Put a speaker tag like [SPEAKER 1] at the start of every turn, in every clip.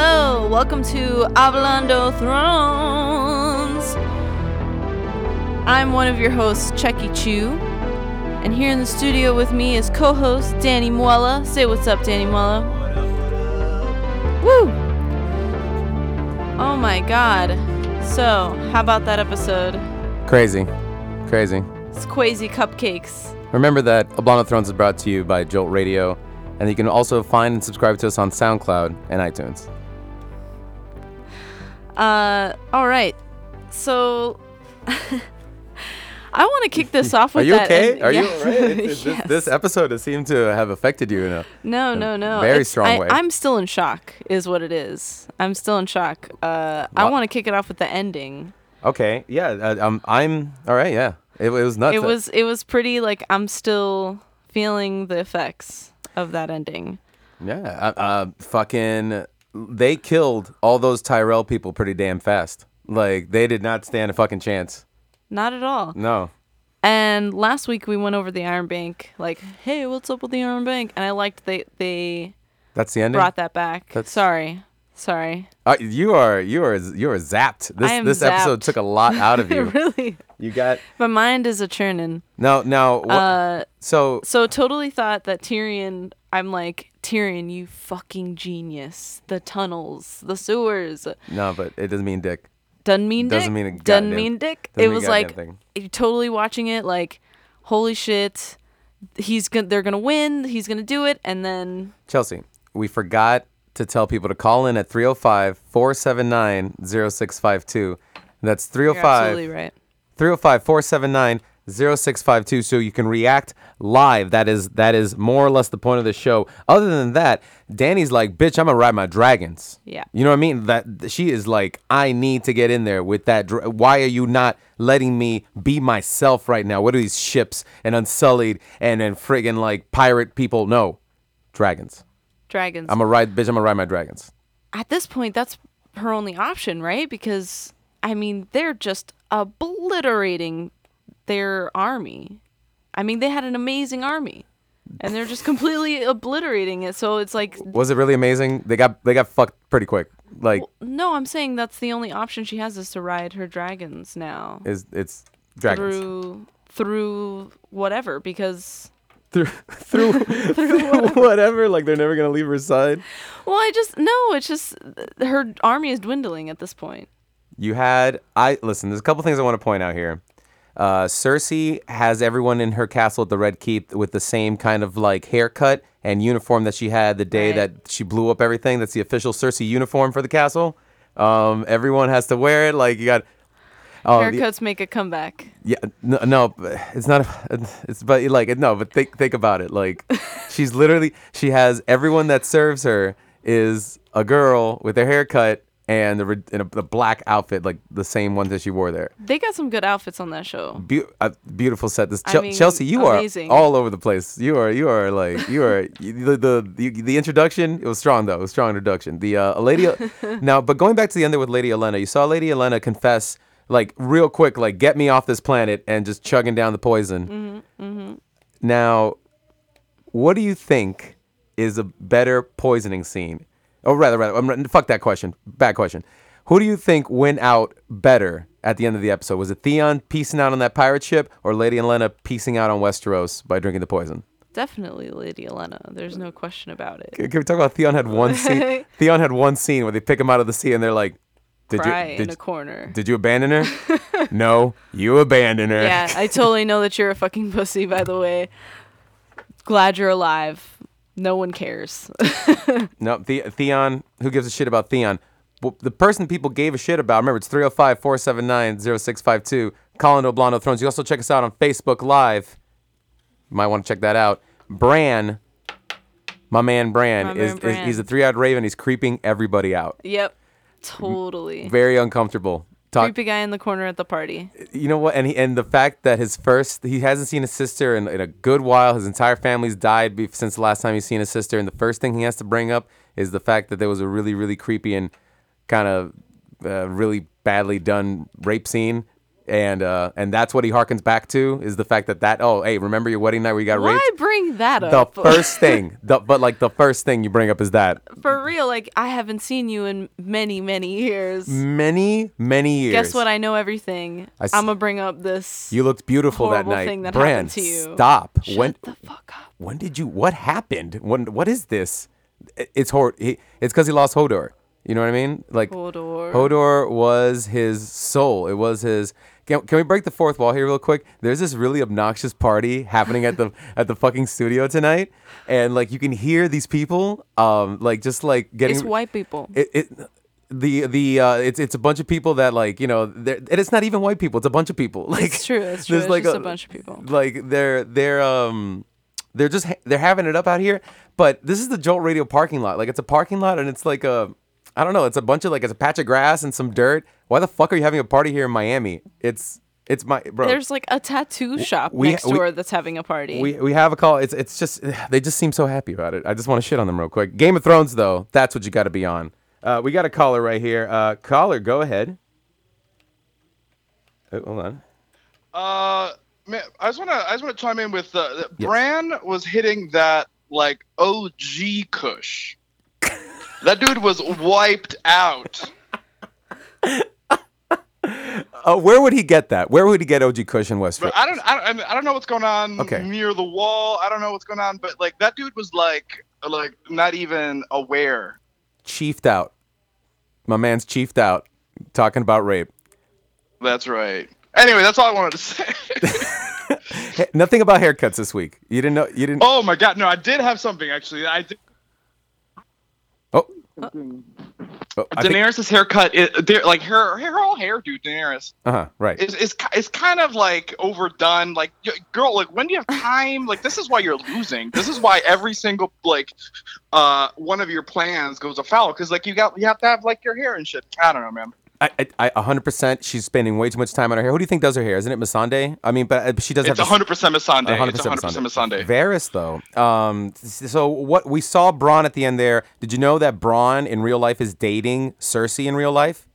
[SPEAKER 1] welcome to Avalando Thrones. I'm one of your hosts, Chucky Chu, and here in the studio with me is co-host Danny Muella. Say what's up, Danny Muella. Woo! Oh my God! So, how about that episode?
[SPEAKER 2] Crazy. Crazy.
[SPEAKER 1] It's Quazy Cupcakes.
[SPEAKER 2] Remember that Oblana Thrones is brought to you by Jolt Radio, and you can also find and subscribe to us on SoundCloud and iTunes.
[SPEAKER 1] Uh, all right. So I want to kick this off
[SPEAKER 2] Are
[SPEAKER 1] with
[SPEAKER 2] you
[SPEAKER 1] that
[SPEAKER 2] okay?
[SPEAKER 1] and-
[SPEAKER 2] Are you
[SPEAKER 1] yeah.
[SPEAKER 2] alright? It's- it's-
[SPEAKER 1] Yes.
[SPEAKER 2] This, this episode has seemed to have affected you in a.
[SPEAKER 1] no, no, no.
[SPEAKER 2] very
[SPEAKER 1] It's-
[SPEAKER 2] strong
[SPEAKER 1] I,
[SPEAKER 2] way.
[SPEAKER 1] I'm still in shock, is what it is. I'm still in shock. Uh, I
[SPEAKER 2] Wha-
[SPEAKER 1] want to kick it off with the ending.
[SPEAKER 2] Okay. Yeah. Uh, um, I'm all right. Yeah. It, it was nuts.
[SPEAKER 1] it was, it was pretty like I'm still feeling the effects of that ending.
[SPEAKER 2] Yeah. Uh, uh, fucking. They killed all those Tyrell people pretty damn fast. Like they did not stand a fucking chance.
[SPEAKER 1] Not at all.
[SPEAKER 2] No.
[SPEAKER 1] And last week we went over the Iron Bank, like, hey, what's up with the Iron Bank? And I liked they they
[SPEAKER 2] That's the ending.
[SPEAKER 1] brought that back.
[SPEAKER 2] That's-
[SPEAKER 1] Sorry, sorry.
[SPEAKER 2] Uh, you are you are you are zapped. This
[SPEAKER 1] I am
[SPEAKER 2] this episode
[SPEAKER 1] zapped.
[SPEAKER 2] took a lot out of you.
[SPEAKER 1] really.
[SPEAKER 2] you got
[SPEAKER 1] My mind is a churning.
[SPEAKER 2] No, no. Wh-
[SPEAKER 1] Uh,
[SPEAKER 2] so
[SPEAKER 1] so totally thought that Tyrion. I'm like Tyrion, you fucking genius. The tunnels, the sewers.
[SPEAKER 2] no, but it doesn't mean dick.
[SPEAKER 1] Doesn't mean dick.
[SPEAKER 2] Doesn't mean a
[SPEAKER 1] Doesn't
[SPEAKER 2] goddamn-
[SPEAKER 1] mean dick.
[SPEAKER 2] doesn't
[SPEAKER 1] it
[SPEAKER 2] mean
[SPEAKER 1] was
[SPEAKER 2] goddamn
[SPEAKER 1] like
[SPEAKER 2] thing.
[SPEAKER 1] you're totally watching it. Like, holy shit. He's gonna. They're gonna win. He's gonna do it. And then
[SPEAKER 2] Chelsea, we forgot to tell people to call in at 305 479 0652. That's
[SPEAKER 1] you're absolutely
[SPEAKER 2] 305
[SPEAKER 1] right.
[SPEAKER 2] 305 479 0652 so you can react live. That is that is more or less the point of the show. Other than that, Danny's like, bitch, I'm gonna ride my dragons.
[SPEAKER 1] Yeah.
[SPEAKER 2] You know what I mean? That she is like, I need to get in there with that. Dra- Why are you not letting me be myself right now? What are these ships and unsullied and and friggin' like pirate people? No, dragons.
[SPEAKER 1] Dragons.
[SPEAKER 2] I'm gonna ride, bitch. I'm gonna ride my dragons.
[SPEAKER 1] At this point, that's her only option, right? Because I mean, they're just obliterating their army. I mean, they had an amazing army, and they're just completely obliterating it. So it's like,
[SPEAKER 2] Was it really amazing? They got they got fucked pretty quick. Like
[SPEAKER 1] no, I'm saying that's the only option she has is to ride her dragons now
[SPEAKER 2] is it's dragons
[SPEAKER 1] through through whatever because.
[SPEAKER 2] through through, whatever. Like they're never gonna leave her side.
[SPEAKER 1] Well, I just no. It's just her army is dwindling at this point.
[SPEAKER 2] You had I listen. There's a couple things I want to point out here. Uh, Cersei has everyone in her castle at the Red Keep with the same kind of like haircut and uniform that she had the day
[SPEAKER 1] Right.
[SPEAKER 2] that she blew up everything. That's the official Cersei uniform for the castle. Um, everyone has to wear it. Like you got. Oh, the-
[SPEAKER 1] Haircuts make a comeback.
[SPEAKER 2] Yeah, no, no, but it's not. It's but like no, but think think about it. Like, she's literally she has everyone that serves her is a girl with their haircut and the re- and a, the black outfit, like the same one that she wore there.
[SPEAKER 1] They got some good outfits on that show.
[SPEAKER 2] Be- a beautiful set. This
[SPEAKER 1] I
[SPEAKER 2] Chel-
[SPEAKER 1] mean,
[SPEAKER 2] Chelsea, you
[SPEAKER 1] amazing.
[SPEAKER 2] are all over the place. You are you are like you are you, the, the the the introduction. It was strong though. It was strong introduction. The uh, lady now, but going back to the end there with Lady Elena, you saw Lady Elena confess like real quick, like get me off this planet and just chugging down the poison.
[SPEAKER 1] Mm-hmm,
[SPEAKER 2] Now, what do you think is a better poisoning scene? Oh, rather, rather, I'm, fuck that question. Bad question. Who do you think went out better at the end of the episode? Was it Theon piecing out on that pirate ship or Lady Elena piecing out on Westeros by drinking the poison?
[SPEAKER 1] Definitely Lady Elena. There's no question about it.
[SPEAKER 2] Can, can we talk about Theon had one scene? Theon had one scene where they pick him out of the sea and they're like, "Did
[SPEAKER 1] Cry
[SPEAKER 2] you
[SPEAKER 1] in
[SPEAKER 2] did,
[SPEAKER 1] a corner.
[SPEAKER 2] did you abandon her? no, you abandoned her."
[SPEAKER 1] yeah, I totally know that you're a fucking pussy, by the way. Glad you're alive. No one cares.
[SPEAKER 2] No, the- Theon, who gives a shit about Theon? Well, the person people gave a shit about, remember, it's 305 479 0652. Colin Oblano Thrones. You also check us out on Facebook Live. You might want to check that out. Bran, my man Bran,
[SPEAKER 1] My man
[SPEAKER 2] is, is
[SPEAKER 1] Bran.
[SPEAKER 2] he's a three eyed raven. He's creeping everybody out.
[SPEAKER 1] yep. Totally.
[SPEAKER 2] Very uncomfortable. Talk,
[SPEAKER 1] Creepy guy in the corner at the party.
[SPEAKER 2] you know what? And he, and the fact that his first, he hasn't seen his sister in, in a good while. His entire family's died be, since the last time he's seen his sister. And the first thing he has to bring up is the fact that there was a really, really creepy and kind of uh, really badly done rape scene and uh, and that's what he harkens back to is the fact that that oh hey remember your wedding night where you got
[SPEAKER 1] Why
[SPEAKER 2] raped
[SPEAKER 1] bring that
[SPEAKER 2] the
[SPEAKER 1] up?
[SPEAKER 2] first thing the, but like the first thing you bring up is that
[SPEAKER 1] For real, like I haven't seen you in many, many years.
[SPEAKER 2] many many years
[SPEAKER 1] Guess what? I know everything.
[SPEAKER 2] I s-
[SPEAKER 1] I'm gonna bring up this.
[SPEAKER 2] you looked beautiful that
[SPEAKER 1] Horrible
[SPEAKER 2] night
[SPEAKER 1] thing that happened
[SPEAKER 2] Brand
[SPEAKER 1] to you.
[SPEAKER 2] stop
[SPEAKER 1] Shut
[SPEAKER 2] when
[SPEAKER 1] the fuck up.
[SPEAKER 2] when did you what happened when what is this I- it's hor he, it's because he lost hodor you know what i mean like
[SPEAKER 1] Hodor.
[SPEAKER 2] hodor was his soul it was his can, can we break the fourth wall here real quick there's this really obnoxious party happening at the at the fucking studio tonight and like you can hear these people um like just like getting
[SPEAKER 1] It's white people.
[SPEAKER 2] it, it the the uh, it's it's a bunch of people that like you know they're- and it's not even white people it's a bunch of people like
[SPEAKER 1] It's true, it's true.
[SPEAKER 2] there's
[SPEAKER 1] It's just a bunch of people.
[SPEAKER 2] like they're they're um they're just ha- they're having it up out here but this is the Jolt Radio parking lot like it's a parking lot and it's like a I don't know it's a bunch of like it's a patch of grass and some dirt why the fuck are you having a party here in Miami it's it's my bro
[SPEAKER 1] There's like a tattoo shop
[SPEAKER 2] we-
[SPEAKER 1] next
[SPEAKER 2] we-
[SPEAKER 1] door that's having a party.
[SPEAKER 2] we, we have a call. It's it's just they just seem so happy about it. I just want to shit on them real quick. Game of Thrones though, that's what you got to be on. Uh, we got a caller right here. Uh, caller, go ahead. Oh, hold on.
[SPEAKER 3] Uh, man, I just want to I just want to chime in with the, the Bran was hitting that like OG Kush. that dude was wiped out.
[SPEAKER 2] Uh, where would he get that? Where would he get OG Cushion Westfield?
[SPEAKER 3] But I don't I, don't- I don't know what's going on
[SPEAKER 2] Okay.
[SPEAKER 3] near the wall. I don't know what's going on, but like that dude was like like not even aware.
[SPEAKER 2] Chiefed out. My man's chiefed out. Talking about rape.
[SPEAKER 3] That's right. Anyway, that's all I wanted to say.
[SPEAKER 2] Hey, nothing about haircuts this week. You didn't know. You didn't.
[SPEAKER 3] oh my god, no, I did have something actually. I did.
[SPEAKER 2] Oh. Oh, I think,
[SPEAKER 3] Daenerys' haircut, it, they're- like her, her whole hairdo, Daenerys.
[SPEAKER 2] uh-huh, right.
[SPEAKER 3] is, is, ki- is kind of like overdone. Like, y- girl, like when do you have time? Like, this is why you're losing. This is why every single like uh one of your plans goes afoul because like you got you have to have like your hair and shit. I don't know, man.
[SPEAKER 2] I, I, I, 100%. She's spending way too much time on her hair. Who do you think does her hair? Isn't it Masande? I mean, but uh, she does
[SPEAKER 3] It's
[SPEAKER 2] have. this-
[SPEAKER 3] 100 percent Missandei. It's 100 percent
[SPEAKER 2] 100%
[SPEAKER 3] Missandei.
[SPEAKER 2] Varys, though. Um, s- so what we saw Braun at the end there. Did you know that Braun in real life is dating Cersei in real life?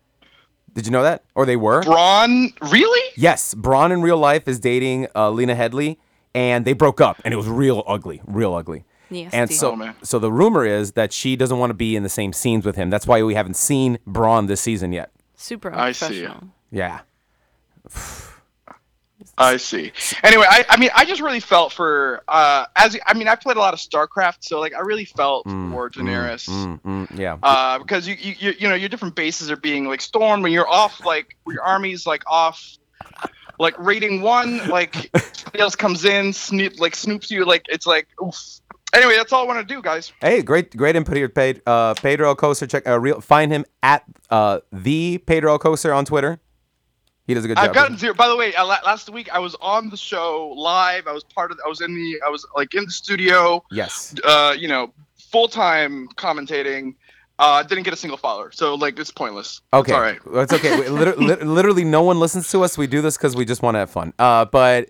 [SPEAKER 2] Did you know that, or they were?
[SPEAKER 3] Braun, really?
[SPEAKER 2] yes, Braun in real life is dating uh, Lena Headley, and they broke up, and it was real ugly, real ugly. And
[SPEAKER 1] Nasty.
[SPEAKER 2] so,
[SPEAKER 3] Oh, man.
[SPEAKER 2] so the rumor is that she doesn't want to be in the same scenes with him. That's why we haven't seen Braun this season yet.
[SPEAKER 1] Super
[SPEAKER 3] I see.
[SPEAKER 1] unprofessional.
[SPEAKER 2] Yeah.
[SPEAKER 3] I see. Anyway, I, I mean, I just really felt for uh as I mean, I played a lot of StarCraft, so like I really felt for Daenerys.
[SPEAKER 2] Mm, mm, yeah.
[SPEAKER 3] uh, because you, you you you know your different bases are being like stormed when you're off like when your army's like off like raiding one like somebody else comes in snoop like snoops you like it's like oof. anyway that's all I want to do guys
[SPEAKER 2] Hey, great, great input here, Ped- uh, Pedro Alcocer. Check, uh, real, find him at uh, the Pedro Alcocer on Twitter. He does a good job.
[SPEAKER 3] I've gotten zero by the way uh, la- last week I was on the show live I was part of I was in the I was like in the studio
[SPEAKER 2] yes,
[SPEAKER 3] uh you know full time commentating uh didn't get a single follower so like it's pointless It's
[SPEAKER 2] okay,
[SPEAKER 3] all right
[SPEAKER 2] That's okay. We- liter- lit- literally, no one listens to us. We do this because we just want to have fun. Uh, but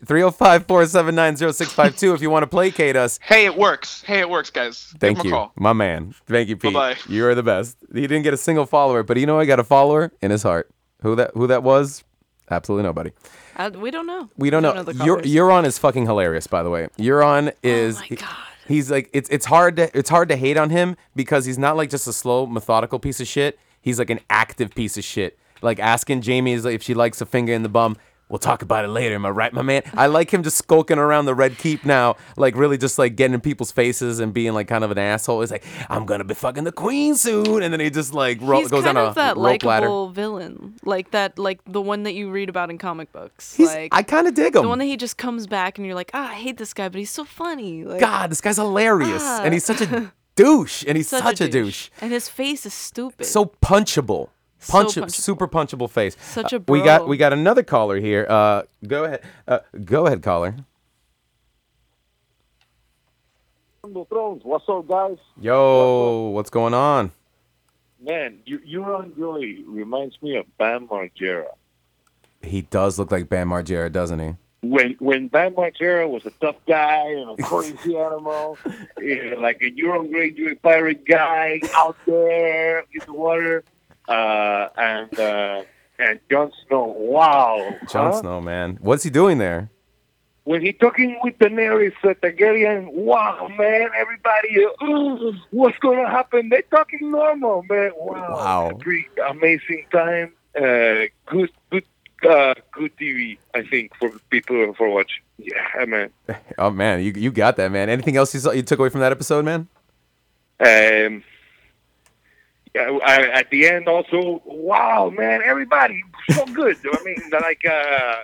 [SPEAKER 2] 305-479-0652 if you want to placate us.
[SPEAKER 3] hey it works hey it works guys Give
[SPEAKER 2] Thank
[SPEAKER 3] him a
[SPEAKER 2] you,
[SPEAKER 3] call.
[SPEAKER 2] my man. Thank you, Pete.
[SPEAKER 3] Bye-bye.
[SPEAKER 2] You are the best. He didn't get a single follower, but you know, I got a follower in his heart. Who that? Who that was? Absolutely nobody.
[SPEAKER 1] I, we don't know.
[SPEAKER 2] We don't, know.
[SPEAKER 1] the
[SPEAKER 2] Your
[SPEAKER 1] colours.
[SPEAKER 2] Euron is fucking hilarious, by the way. Euron is
[SPEAKER 1] my
[SPEAKER 2] he-
[SPEAKER 1] God.
[SPEAKER 2] he's like it's it's hard to it's hard to hate on him because he's not like just a slow, methodical piece of shit. He's like an active piece of shit. Like asking Jamie is- if she likes a finger in the bum. We'll talk about it later, am I right, my man? I like him just skulking around the red keep now, like really just like getting in people's faces and being like kind of an asshole. He's like, I'm gonna be fucking the queen soon, and then he just like ro-
[SPEAKER 1] He's
[SPEAKER 2] goes
[SPEAKER 1] kind
[SPEAKER 2] on
[SPEAKER 1] of
[SPEAKER 2] a
[SPEAKER 1] that
[SPEAKER 2] rope ladder.
[SPEAKER 1] likable villain, like that, like the one that you read about in comic books.
[SPEAKER 2] He's-
[SPEAKER 1] like
[SPEAKER 2] I kind of dig him.
[SPEAKER 1] the one that he just comes back and you're like, ah, I hate this guy, but he's so funny. Like,
[SPEAKER 2] God, this guy's hilarious,
[SPEAKER 1] Ah.
[SPEAKER 2] and he's such a douche, and he's such, a, douche.
[SPEAKER 1] and his face is stupid.
[SPEAKER 2] So punchable, punch,
[SPEAKER 1] punchable.
[SPEAKER 2] super punchable face.
[SPEAKER 1] Such a
[SPEAKER 2] Uh, we got
[SPEAKER 1] bro.
[SPEAKER 2] we got another caller here. Uh, go ahead, uh, go ahead, caller.
[SPEAKER 4] Game of Thrones. What's up, guys?
[SPEAKER 2] Yo, what's going on?
[SPEAKER 4] Man, you Euron really reminds me of Bam Margera.
[SPEAKER 2] He does look like Bam Margera, doesn't he?
[SPEAKER 4] When when Bam Margera was a tough guy and a crazy animal, you know, like a Euron Greyjoy pirate guy out there in the water, uh, and uh, and Jon Snow. Wow.
[SPEAKER 2] Jon
[SPEAKER 4] huh?
[SPEAKER 2] Snow, man. What's he doing there?
[SPEAKER 4] When he talking with Daenerys uh, Targaryen, wow, man, everybody, uh, "Ooh, what's going to happen? They talking normal, man. Wow.
[SPEAKER 2] Wow.
[SPEAKER 4] A Great, amazing time. Uh, good, good, uh, good TV, I think, for people for watch. Yeah, man.
[SPEAKER 2] Oh man, you you got that, man. Anything else you saw, you took away from that episode, man?
[SPEAKER 4] Um, yeah, I, at the end, also, wow, man, everybody so good. I mean, like, uh,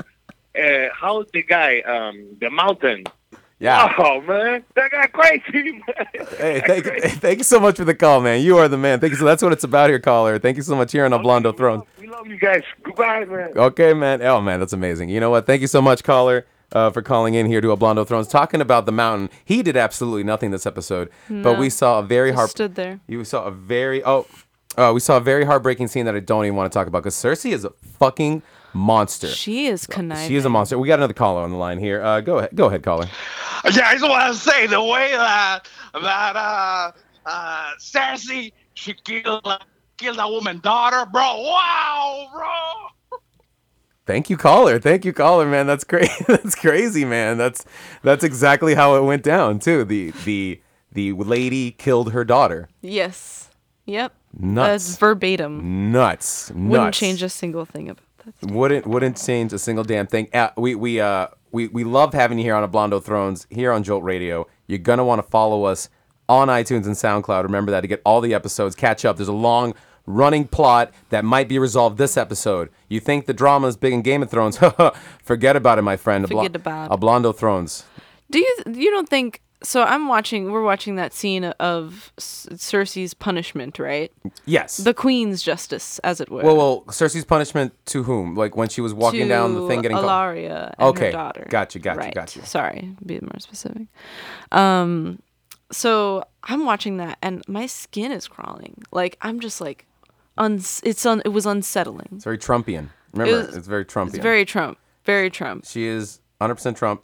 [SPEAKER 4] uh, how's the guy, um, the mountain?
[SPEAKER 2] Yeah.
[SPEAKER 4] Oh man, that guy crazy. Man.
[SPEAKER 2] Hey, thank, thank you so much for the call, man. You are the man. Thank you. So that's what it's about here, caller. Thank you so much here on Blondo
[SPEAKER 4] We
[SPEAKER 2] Throne.
[SPEAKER 4] love- We love you guys. Goodbye, man.
[SPEAKER 2] Okay, man. Oh, man, that's amazing. You know what? Thank you so much, caller, uh, for calling in here to Blondo Thrones, talking about the mountain. He did absolutely nothing this episode, but we saw a very
[SPEAKER 1] Just
[SPEAKER 2] hard.
[SPEAKER 1] stood there.
[SPEAKER 2] You saw a very oh, uh, we saw a very heartbreaking scene that I don't even want to talk about because Cersei is a fucking monster.
[SPEAKER 1] She is conniving.
[SPEAKER 2] She is a monster. We got another caller on the line here. Uh, go ahead, go ahead, caller.
[SPEAKER 3] Yeah, I just want to say the way that that uh, uh, Cersei she killed killed a woman daughter, bro. Wow, bro.
[SPEAKER 2] Thank you, caller. Thank you, caller, man. That's crazy. that's crazy, man. That's that's exactly how it went down too. The the the lady killed her daughter.
[SPEAKER 1] Yes. Yep.
[SPEAKER 2] Nuts.
[SPEAKER 1] That's verbatim.
[SPEAKER 2] Nuts. Nuts.
[SPEAKER 1] Wouldn't change a single thing about that.
[SPEAKER 2] wouldn't wouldn't change a single damn thing. Uh, we we uh we we love having you here on Blondo Thrones here on Jolt Radio. You're gonna want to follow us on iTunes and SoundCloud. Remember that to get all the episodes, catch up. There's a long running plot that might be resolved this episode. You think the drama is big in Game of Thrones? Forget about it, my friend. A
[SPEAKER 1] Forget about it.
[SPEAKER 2] a Blondo Thrones.
[SPEAKER 1] Do you you don't think so? I'm watching. We're watching that scene of C- Cersei's punishment, right?
[SPEAKER 2] Yes.
[SPEAKER 1] The queen's justice, as it were.
[SPEAKER 2] well, well, Cersei's punishment to whom? Like when she was walking down the
[SPEAKER 1] to
[SPEAKER 2] thing, getting caught.
[SPEAKER 1] Alaria and
[SPEAKER 2] Okay,
[SPEAKER 1] her daughter.
[SPEAKER 2] gotcha, gotcha,
[SPEAKER 1] right.
[SPEAKER 2] gotcha.
[SPEAKER 1] Sorry, be more specific. Um, so I'm watching that, and my skin is crawling. Like I'm just like, uns- it's un- it was unsettling.
[SPEAKER 2] It's very Trumpian. Remember,
[SPEAKER 1] was-
[SPEAKER 2] it's very Trumpian.
[SPEAKER 1] It's very Trump, very Trump,
[SPEAKER 2] she is 100% Trump.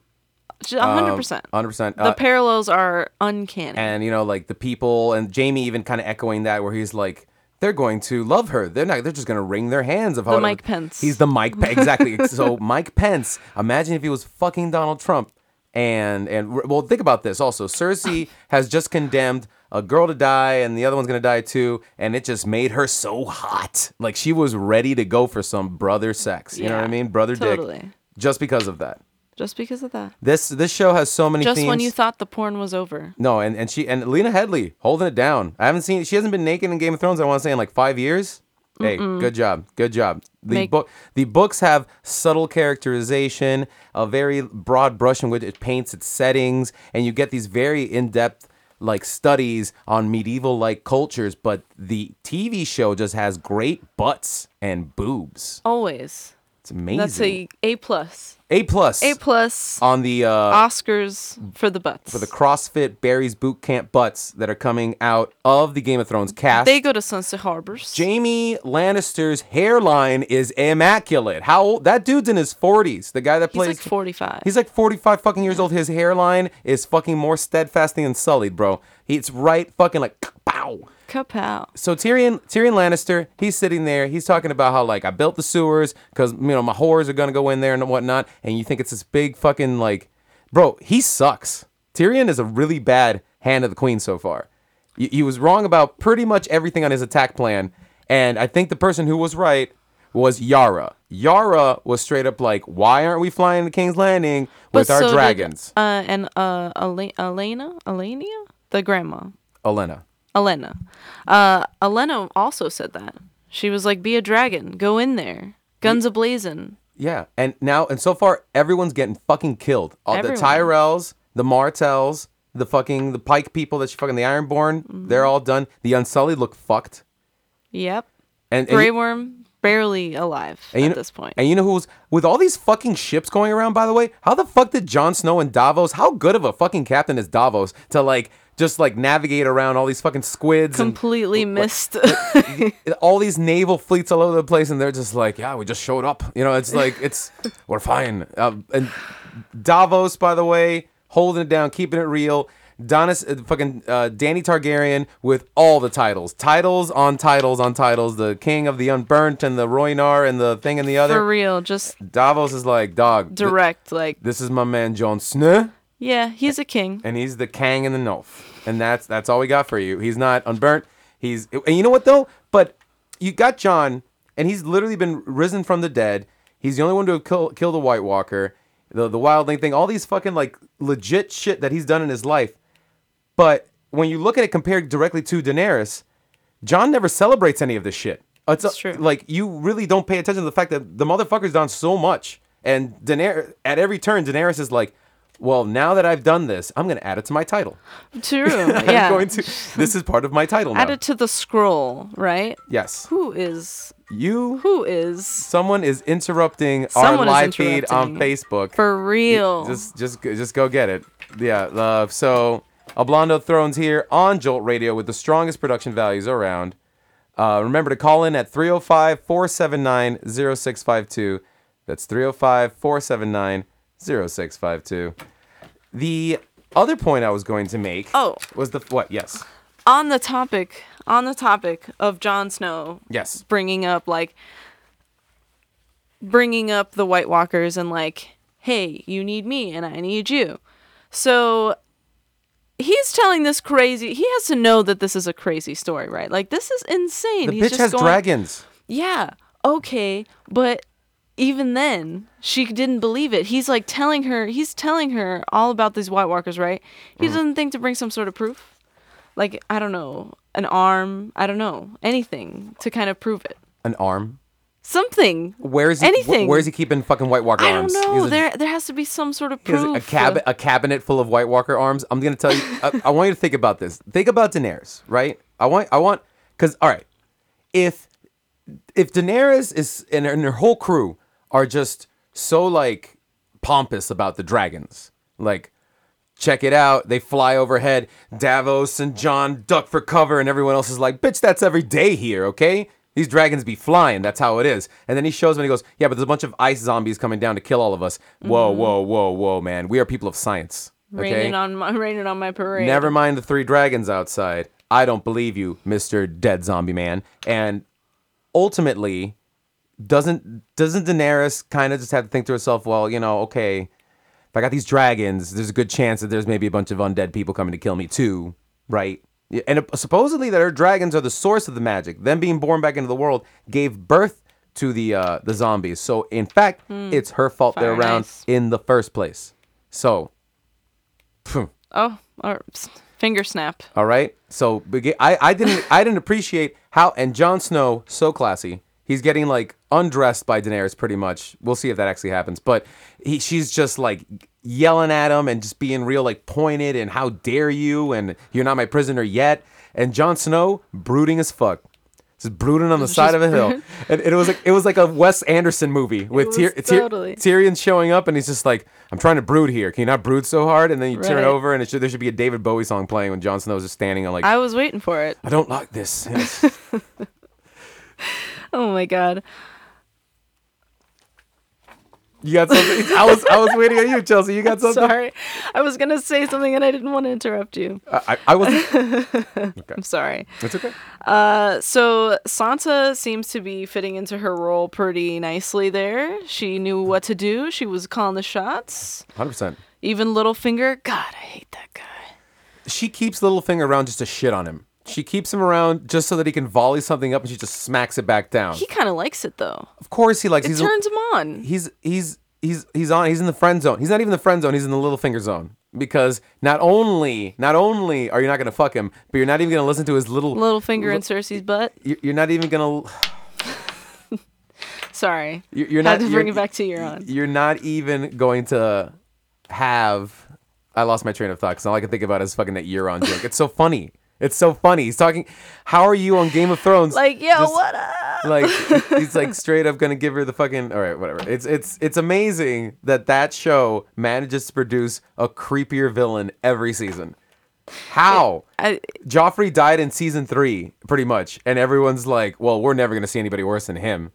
[SPEAKER 1] Just
[SPEAKER 2] Um,
[SPEAKER 1] 100. percent
[SPEAKER 2] 100%.
[SPEAKER 1] The parallels are uncanny.
[SPEAKER 2] and you know like the people and Jamie even kind of echoing that where he's like they're going to love her. They're not. They're just going to wring their hands of how
[SPEAKER 1] Mike Pence.
[SPEAKER 2] He's the Mike Pence. Exactly. so Mike Pence. Imagine if he was fucking Donald Trump. And and well, think about this. Also, Cersei has just condemned a girl to die, and the other one's going to die too. And it just made her so hot. Like she was ready to go for some brother sex. You know what I
[SPEAKER 1] Yeah,
[SPEAKER 2] mean? Brother dick.
[SPEAKER 1] totally.
[SPEAKER 2] Just because of that.
[SPEAKER 1] Just because of that.
[SPEAKER 2] This this show has so many.
[SPEAKER 1] Just
[SPEAKER 2] themes.
[SPEAKER 1] when you thought the porn was over.
[SPEAKER 2] No, and, and she and Lena Headley holding it down. I haven't seen she hasn't been naked in Game of Thrones. I want to say in like five years. Hey, good job, good job. The
[SPEAKER 1] Make-
[SPEAKER 2] book the books have subtle characterization, a very broad brush in which it paints its settings, and you get these very in depth like studies on medieval like cultures. But the TV show just has great butts and boobs.
[SPEAKER 1] Always.
[SPEAKER 2] It's amazing.
[SPEAKER 1] That's a A plus.
[SPEAKER 2] a plus
[SPEAKER 1] A plus
[SPEAKER 2] on the uh,
[SPEAKER 1] Oscars for the butts.
[SPEAKER 2] the CrossFit Barry's Boot Camp butts that are coming out of the Game of Thrones cast.
[SPEAKER 1] they go to Sunset Harbors.
[SPEAKER 2] Jamie Lannister's hairline is immaculate. How old? That dude's in his 40s. The guy that
[SPEAKER 1] He's
[SPEAKER 2] plays.
[SPEAKER 1] like 45.
[SPEAKER 2] He's like 45 fucking years old. His hairline is fucking more steadfast than sullied, bro. It's right fucking like pow.
[SPEAKER 1] Kapow.
[SPEAKER 2] So Tyrion Tyrion Lannister, he's sitting there. He's talking about how like I built the sewers because you know my whores are gonna go in there and whatnot. And you think it's this big fucking like, bro. He sucks. Tyrion is a really bad hand of the queen so far. He, he was wrong about pretty much everything on his attack plan. And I think the person who was right was Yara. Yara was straight up like, why aren't we flying to King's Landing with our
[SPEAKER 1] so did,
[SPEAKER 2] dragons?
[SPEAKER 1] uh, and uh, Ele- Elena? Elenia? The grandma.
[SPEAKER 2] Elena.
[SPEAKER 1] Elena. Uh, Elena also said that. She was like, be a dragon. Go in there. Guns ablazing.
[SPEAKER 2] Yeah, and now and so far, everyone's getting fucking killed. All the
[SPEAKER 1] Everyone.
[SPEAKER 2] Tyrells, the Martells, the fucking the Pike people that she fucking the Ironborn. They're all done. The Unsullied look fucked.
[SPEAKER 1] Yep.
[SPEAKER 2] And and
[SPEAKER 1] Grey
[SPEAKER 2] you-
[SPEAKER 1] Worm, barely alive
[SPEAKER 2] and you
[SPEAKER 1] at
[SPEAKER 2] know-
[SPEAKER 1] this point.
[SPEAKER 2] And you know who's with all these fucking ships going around? By the way, how the fuck did Jon Snow and Davos? How good of a fucking captain is Davos to like just like navigate around all these fucking squids and
[SPEAKER 1] Completely missed.
[SPEAKER 2] all these naval fleets all over the place, and they're just like, yeah, we just showed up. You know, it's like it's Uh, we're fine. Um, and Davos, by the way, holding it down, keeping it real. Donis, uh, fucking uh, Danny Targaryen with all the titles, titles on titles on titles. The king of the unburnt and the Roynar and the thing and the
[SPEAKER 1] For
[SPEAKER 2] other.
[SPEAKER 1] real, just
[SPEAKER 2] Davos is like, dog. th-
[SPEAKER 1] direct. Like,
[SPEAKER 2] this is my man Jon Snow,
[SPEAKER 1] yeah, he's a king.
[SPEAKER 2] and he's the Kang in the North, and that's that's all we got for you. He's not unburnt. He's and you know what though, but you got John, and he's literally been risen from the dead. He's the only one to have kill, killed the White Walker, the the Wildling thing, all these fucking like legit shit that he's done in his life. But when you look at it compared directly to Daenerys, John never celebrates any of this shit. It's
[SPEAKER 1] It's true.
[SPEAKER 2] Like you really don't pay attention to the fact that the motherfucker's done so much, and Daenerys at every turn, Daenerys is like, "Well, now that I've done this, I'm gonna add it to my title.
[SPEAKER 1] True. Yeah.
[SPEAKER 2] I'm going to. This is part of my title now.
[SPEAKER 1] Add it to the scroll, right?
[SPEAKER 2] yes,
[SPEAKER 1] Who is
[SPEAKER 2] you.
[SPEAKER 1] who is
[SPEAKER 2] Someone is interrupting our
[SPEAKER 1] Someone is
[SPEAKER 2] live feed on
[SPEAKER 1] interrupting.
[SPEAKER 2] Facebook.
[SPEAKER 1] for real?
[SPEAKER 2] Just, just, go- just go get it. Yeah. Uh, so, Oblondo Thrones here on Jolt Radio with the strongest production values around. Uh, remember to call in at 305 479 0652. That's 305 479 0652. The other point I was going to make
[SPEAKER 1] Oh.
[SPEAKER 2] was the what? Yes.
[SPEAKER 1] on the topic, on the topic of Jon Snow
[SPEAKER 2] Yes.
[SPEAKER 1] bringing up like bringing up the White Walkers and like, hey, you need me and I need you. So he's telling this crazy. He has to know that this is a crazy story, right? Like this is insane.
[SPEAKER 2] The
[SPEAKER 1] he's
[SPEAKER 2] bitch
[SPEAKER 1] just
[SPEAKER 2] has
[SPEAKER 1] going,
[SPEAKER 2] dragons.
[SPEAKER 1] Yeah, okay, but even then she didn't believe it. He's like telling her. He's telling her all about these White Walkers, right? He
[SPEAKER 2] Mm-hmm.
[SPEAKER 1] doesn't think to bring some sort of proof. Like I don't know, an arm. I don't know anything to kind of prove it
[SPEAKER 2] An arm.
[SPEAKER 1] something.
[SPEAKER 2] Where is he? wh-
[SPEAKER 1] anything?
[SPEAKER 2] where is he keeping fucking White Walker
[SPEAKER 1] I don't
[SPEAKER 2] arms?
[SPEAKER 1] know.
[SPEAKER 2] He's a-
[SPEAKER 1] there, there has to be some sort of
[SPEAKER 2] He has
[SPEAKER 1] proof.
[SPEAKER 2] a cabinet,
[SPEAKER 1] uh,
[SPEAKER 2] a cabinet full of White Walker arms. I'm gonna tell you. I, I want you to think about this. Think about Daenerys, right? I want, I want, because all right, if if Daenerys is and her, and her whole crew are just so like pompous about the dragons, like check it out, they fly overhead. Davos and John duck for cover, and everyone else is like, "Bitch, that's every day here, okay?" These dragons be flying. That's how it is. And then he shows him and he goes, "Yeah, but there's a bunch of ice zombies coming down to kill all of us." Whoa, whoa, whoa, whoa, man! We are people of science. Okay.
[SPEAKER 1] Raining on my raining on my parade.
[SPEAKER 2] Never mind the three dragons outside. I don't believe you, Mister Dead Zombie Man. And ultimately, doesn't doesn't Daenerys kind of just have to think to herself, well, you know, okay, if I got these dragons, there's a good chance that there's maybe a bunch of undead people coming to kill me too, right? Yeah, And it- supposedly that her dragons are the source of the magic. Them being born back into the world gave birth to the uh, the zombies. So in fact, it's her fault they're
[SPEAKER 1] Hmm. Fire,
[SPEAKER 2] around
[SPEAKER 1] nice.
[SPEAKER 2] in the first place. So
[SPEAKER 1] Oh, or, psst, finger snap.
[SPEAKER 2] all right. So begi- I, I didn't I didn't appreciate how and Jon Snow so classy. He's getting like undressed by Daenerys pretty much. We'll see if that actually happens. But he, she's just like yelling at him and just being real like pointed and how dare you and you're not my prisoner yet. And Jon Snow brooding as fuck. Just brooding on the side of a hill. And it was like it was like a Wes Anderson movie with
[SPEAKER 1] was
[SPEAKER 2] Tyr- Tyr-
[SPEAKER 1] totally.
[SPEAKER 2] Tyrion showing up and he's just like, I'm trying to brood here. Can you not brood so hard? And then you turn
[SPEAKER 1] Right.
[SPEAKER 2] it over and it should, there should be a David Bowie song playing when Jon Snow is just standing on like, I,
[SPEAKER 1] I was waiting for it.
[SPEAKER 2] don't like this. Yes.
[SPEAKER 1] Oh my god.
[SPEAKER 2] you got something. I was I was waiting on you, Chelsea. You got something.
[SPEAKER 1] Sorry. I was gonna say something and I didn't want to interrupt you.
[SPEAKER 2] I, I, I was.
[SPEAKER 1] I'm sorry.
[SPEAKER 2] It's okay.
[SPEAKER 1] Uh, so Sansa seems to be fitting into her role pretty nicely there. She knew what to do. She was calling the shots.
[SPEAKER 2] 100. percent
[SPEAKER 1] Even Littlefinger. God, I hate that guy.
[SPEAKER 2] She keeps Littlefinger around just to shit on him. She keeps him around just so that he can volley something up and she just smacks it back down.
[SPEAKER 1] He kind of likes it though.
[SPEAKER 2] of course he likes.
[SPEAKER 1] It
[SPEAKER 2] he's a-
[SPEAKER 1] turns him on.
[SPEAKER 2] he's he's he's he's on he's in the friend zone. He's not even the friend zone, he's in the little finger zone. Because not only not only are you not gonna fuck him, but you're not even gonna listen to his little
[SPEAKER 1] Littlefinger and Cersei's butt.
[SPEAKER 2] you're you're not even gonna
[SPEAKER 1] Sorry.
[SPEAKER 2] you're, you're
[SPEAKER 1] Had
[SPEAKER 2] not
[SPEAKER 1] to
[SPEAKER 2] you're-
[SPEAKER 1] bring it back to Euron.
[SPEAKER 2] You're not even going to have I lost my train of thought because all I can think about is fucking that Euron joke. It's so funny. It's so funny. He's talking how are you on Game of Thrones?
[SPEAKER 1] Like, yo,
[SPEAKER 2] Just-
[SPEAKER 1] what up?
[SPEAKER 2] like he's like straight up gonna give her the fucking all right whatever it's it's it's amazing that that show manages to produce a creepier villain every season how
[SPEAKER 1] I,
[SPEAKER 2] joffrey died in season three pretty much and everyone's like well we're never gonna see anybody worse than him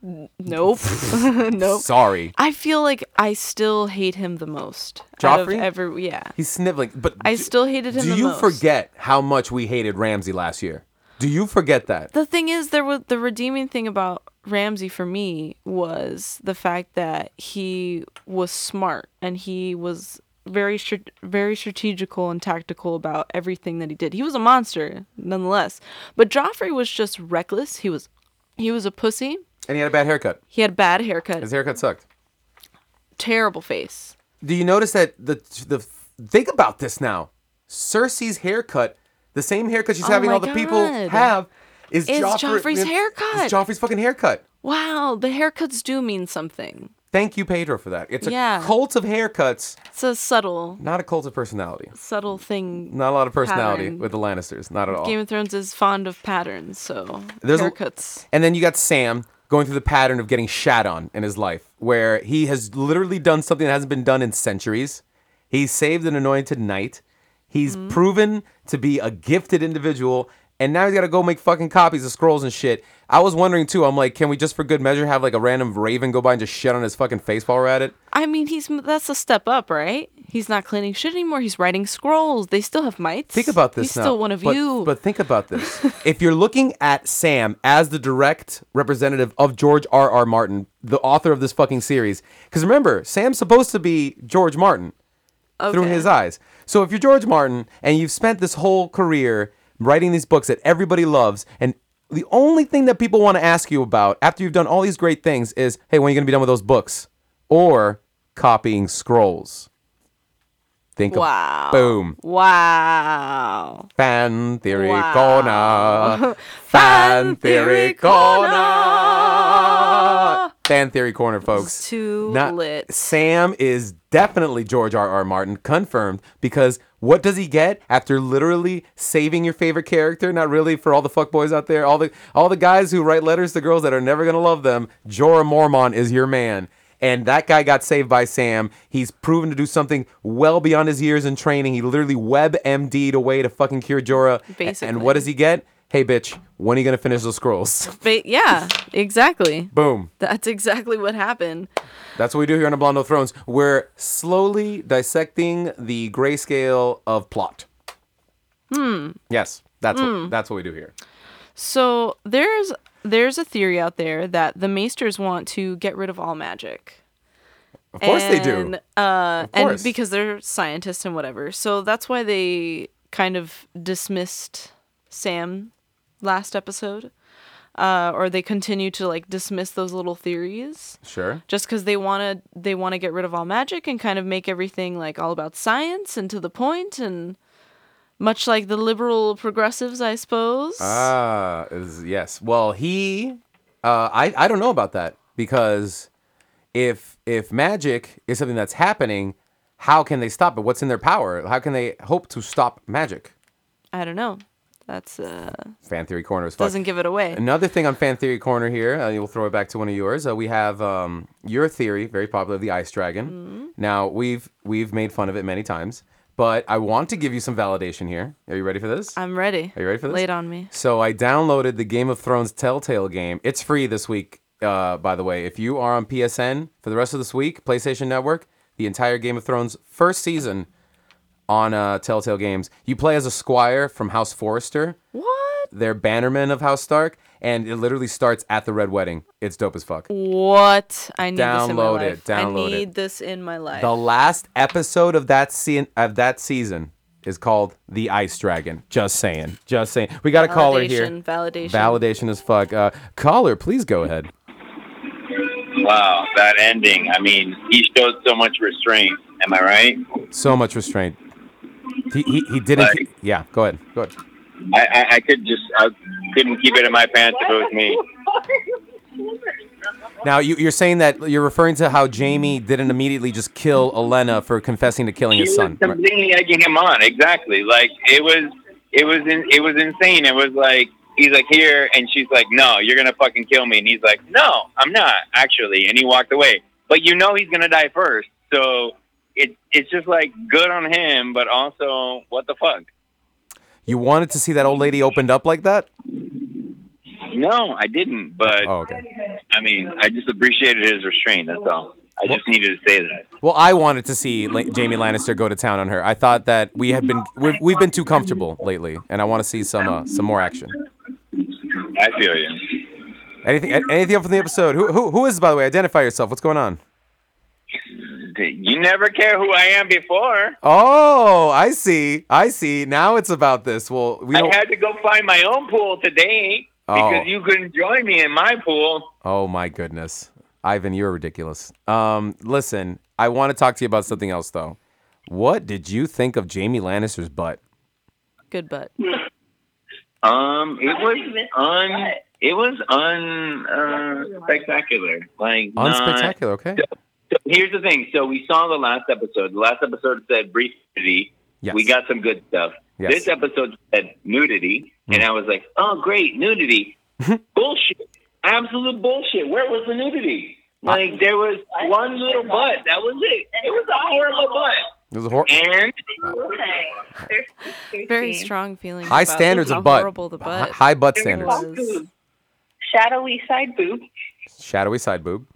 [SPEAKER 1] Nope. nope.
[SPEAKER 2] Sorry.
[SPEAKER 1] I feel like I still hate him the most. out of
[SPEAKER 2] Joffrey?
[SPEAKER 1] every- yeah.
[SPEAKER 2] He's sniveling. But
[SPEAKER 1] I
[SPEAKER 2] d-
[SPEAKER 1] still hated him
[SPEAKER 2] do
[SPEAKER 1] the
[SPEAKER 2] you
[SPEAKER 1] most.
[SPEAKER 2] forget how much we hated Ramsey last year? Do you forget that?
[SPEAKER 1] the thing is there was the redeeming thing about Ramsey for me was the fact that he was smart and he was very str- very strategical and tactical about everything that he did. He was a monster nonetheless, but Joffrey was just reckless. He was he was a pussy.
[SPEAKER 2] And he had a bad haircut.
[SPEAKER 1] He had a bad haircut,
[SPEAKER 2] His haircut sucked.
[SPEAKER 1] terrible face.
[SPEAKER 2] Do you notice that the the think about this now? Cersei's haircut, the same haircut she's
[SPEAKER 1] Oh
[SPEAKER 2] having
[SPEAKER 1] my
[SPEAKER 2] all the people
[SPEAKER 1] God.
[SPEAKER 2] have, is
[SPEAKER 1] Is
[SPEAKER 2] Joffrey-
[SPEAKER 1] Joffrey's
[SPEAKER 2] is
[SPEAKER 1] haircut.
[SPEAKER 2] Joffrey's fucking haircut.
[SPEAKER 1] Wow, the haircuts do mean something.
[SPEAKER 2] Thank you, Pedro, for that. It's a
[SPEAKER 1] Yeah.
[SPEAKER 2] cult of haircuts,
[SPEAKER 1] It's a subtle
[SPEAKER 2] not a cult of personality.
[SPEAKER 1] subtle thing.
[SPEAKER 2] Not a lot of personality
[SPEAKER 1] Pattern.
[SPEAKER 2] with the Lannisters, not at all.
[SPEAKER 1] Game of Thrones is fond of patterns, so
[SPEAKER 2] There's a-
[SPEAKER 1] haircuts.
[SPEAKER 2] And then you got Sam going through the pattern of getting shat on in his life, where he has literally done something that hasn't been done in centuries. He saved an anointed knight. He's proven to be a gifted individual. And now he's got to go make fucking copies of scrolls and shit. I was wondering too. I'm like, can we just for good measure have like a random raven go by and just shit on his fucking face while we're at it?
[SPEAKER 1] I mean, he's that's a step up, right? He's not cleaning shit anymore. He's writing scrolls. They still have mites.
[SPEAKER 2] Think about this
[SPEAKER 1] He's
[SPEAKER 2] now.
[SPEAKER 1] still one of
[SPEAKER 2] but,
[SPEAKER 1] you.
[SPEAKER 2] But think about this. if you're looking at Sam as the direct representative of George R. R. Martin, the author of this fucking series, because remember, Sam's supposed to be George Martin through
[SPEAKER 1] Okay.
[SPEAKER 2] his eyes. So if you're George Martin and you've spent this whole career writing these books that everybody loves, and the only thing that people want to ask you about after you've done all these great things is, hey, when are you going to be done with those books? Or copying scrolls. Think
[SPEAKER 1] Wow.
[SPEAKER 2] of boom.
[SPEAKER 1] Wow.
[SPEAKER 2] Fan Theory
[SPEAKER 1] Wow.
[SPEAKER 2] Corner. Fan Theory Corner. Fan Theory Corner, folks.
[SPEAKER 1] Too lit.
[SPEAKER 2] Sam is definitely George R. R. Martin, confirmed, because what does he get after literally saving your favorite character? Not really for all the fuckboys out there, all the all the guys who write letters to girls that are never gonna love them. Jorah Mormon is your man. And that guy got saved by Sam. He's proven to do something well beyond his years in training. He literally web MD'd a way to fucking cure Jorah. A-
[SPEAKER 1] Basically.
[SPEAKER 2] And what does he get? Hey, bitch, when are you gonna finish the scrolls?
[SPEAKER 1] But yeah, exactly.
[SPEAKER 2] Boom.
[SPEAKER 1] That's exactly what happened.
[SPEAKER 2] That's what we do here on Blondo Thrones. We're slowly dissecting the grayscale of plot. Hmm. Yes, that's
[SPEAKER 1] Hmm.
[SPEAKER 2] what, that's what we do here.
[SPEAKER 1] So there's there's a theory out there that the Maesters want to get rid of all magic.
[SPEAKER 2] Of course they do.
[SPEAKER 1] And, Uh,
[SPEAKER 2] course.
[SPEAKER 1] and because they're scientists and whatever, so that's why they kind of dismissed Sam last episode, uh, or they continue to like dismiss those little theories
[SPEAKER 2] Sure.
[SPEAKER 1] just because they want to they want to get rid of all magic and kind of make everything like all about science and to the point and much like the liberal progressives, I suppose.
[SPEAKER 2] Ah, is- yes. Well, he, uh, I I don't know about that because if if magic is something that's happening, how can they stop it? What's in their power? How can they hope to stop magic?
[SPEAKER 1] I don't know. That's uh,
[SPEAKER 2] Fan theory corner is fuck.
[SPEAKER 1] doesn't give it away.
[SPEAKER 2] Another thing on Fan Theory Corner here, uh, we'll throw it back to one of yours. Uh, we have um, your theory, very popular, the Ice Dragon. Now we've we've made fun of it many times, but I want to give you some validation here. Are you ready for this?
[SPEAKER 1] I'm ready.
[SPEAKER 2] Are you ready for this?
[SPEAKER 1] Lay it on me.
[SPEAKER 2] So I downloaded the Game of Thrones Telltale game. It's free this week, uh, by the way. If you are on PSN for the rest of this week, PlayStation Network, the entire Game of Thrones first season on uh, Telltale Games. You play as a squire from House Forrester
[SPEAKER 1] What?
[SPEAKER 2] they're bannermen of House Stark, and it literally starts at the Red Wedding. It's dope as fuck.
[SPEAKER 1] What? I need this in my
[SPEAKER 2] Download
[SPEAKER 1] life.
[SPEAKER 2] it, download
[SPEAKER 1] I
[SPEAKER 2] it.
[SPEAKER 1] need this in my life.
[SPEAKER 2] The last episode of that scene of that season is called The Ice Dragon. Just saying. Just saying. We got a caller here.
[SPEAKER 1] Validation, validation.
[SPEAKER 2] Validation as fuck. Uh, caller, please go ahead.
[SPEAKER 5] Wow, that ending. I mean, he showed so much restraint. Am I right?
[SPEAKER 2] So much restraint. He, he, he didn't.
[SPEAKER 5] Like-
[SPEAKER 2] yeah, go ahead. Go ahead.
[SPEAKER 5] I, I, I could just, I couldn't keep it in my pants if it was me.
[SPEAKER 2] Now, you, you're saying that you're referring to how Jamie didn't immediately just kill Elena for confessing to killing
[SPEAKER 5] He
[SPEAKER 2] his
[SPEAKER 5] was
[SPEAKER 2] son. right?
[SPEAKER 5] completely egging him on. Exactly. Like it was, it was, in, it was insane. It was like he's like here, and she's like, no, you're gonna fucking kill me, and he's like, no, I'm not actually, and he walked away. But you know he's gonna die first, so it, it's just like good on him, but also what the fuck.
[SPEAKER 2] You wanted to see that old lady opened up like that?
[SPEAKER 5] No, I didn't. But
[SPEAKER 2] Oh, okay.
[SPEAKER 5] I mean, I just appreciated his restraint. That's all. I just needed to say that.
[SPEAKER 2] Well, I wanted to see La- Jamie Lannister go to town on her. I thought that we have been we've, we've been too comfortable lately, and I want to see some uh, some more action.
[SPEAKER 5] I feel you.
[SPEAKER 2] Anything a- anything else from the episode? Who who who is by the way? Identify yourself. What's going on?
[SPEAKER 5] You never care who I am before.
[SPEAKER 2] Oh, I see. I see. Now it's about this. Well, we
[SPEAKER 5] I
[SPEAKER 2] don't.
[SPEAKER 5] had to go find my own pool today
[SPEAKER 2] Oh.
[SPEAKER 5] because you couldn't join me in my pool.
[SPEAKER 2] Oh my goodness, Ivan, you're ridiculous. Um, listen, I want to talk to you about something else though. What did you think of Jamie Lannister's butt?
[SPEAKER 1] Good butt.
[SPEAKER 5] Um, it was un. It was un uh, spectacular. Like not-
[SPEAKER 2] Unspectacular. Okay.
[SPEAKER 5] So here's the thing. So we saw the last episode. The last episode said brief nudity.
[SPEAKER 2] Yes.
[SPEAKER 5] We got some good stuff.
[SPEAKER 2] Yes. Mm.
[SPEAKER 5] This episode said nudity, and I was like, "Oh, great, nudity! bullshit, absolute bullshit. Where was the nudity? Like there was one little butt. That was it. It was a horrible butt.
[SPEAKER 2] It was a hor-
[SPEAKER 5] And
[SPEAKER 1] Very strong feeling.
[SPEAKER 2] high
[SPEAKER 1] about
[SPEAKER 2] standards
[SPEAKER 1] how
[SPEAKER 2] of butt.
[SPEAKER 1] Horrible the butt.
[SPEAKER 2] Hi- High butt standards.
[SPEAKER 1] was.
[SPEAKER 6] Shadowy side boob.
[SPEAKER 2] Shadowy side boob.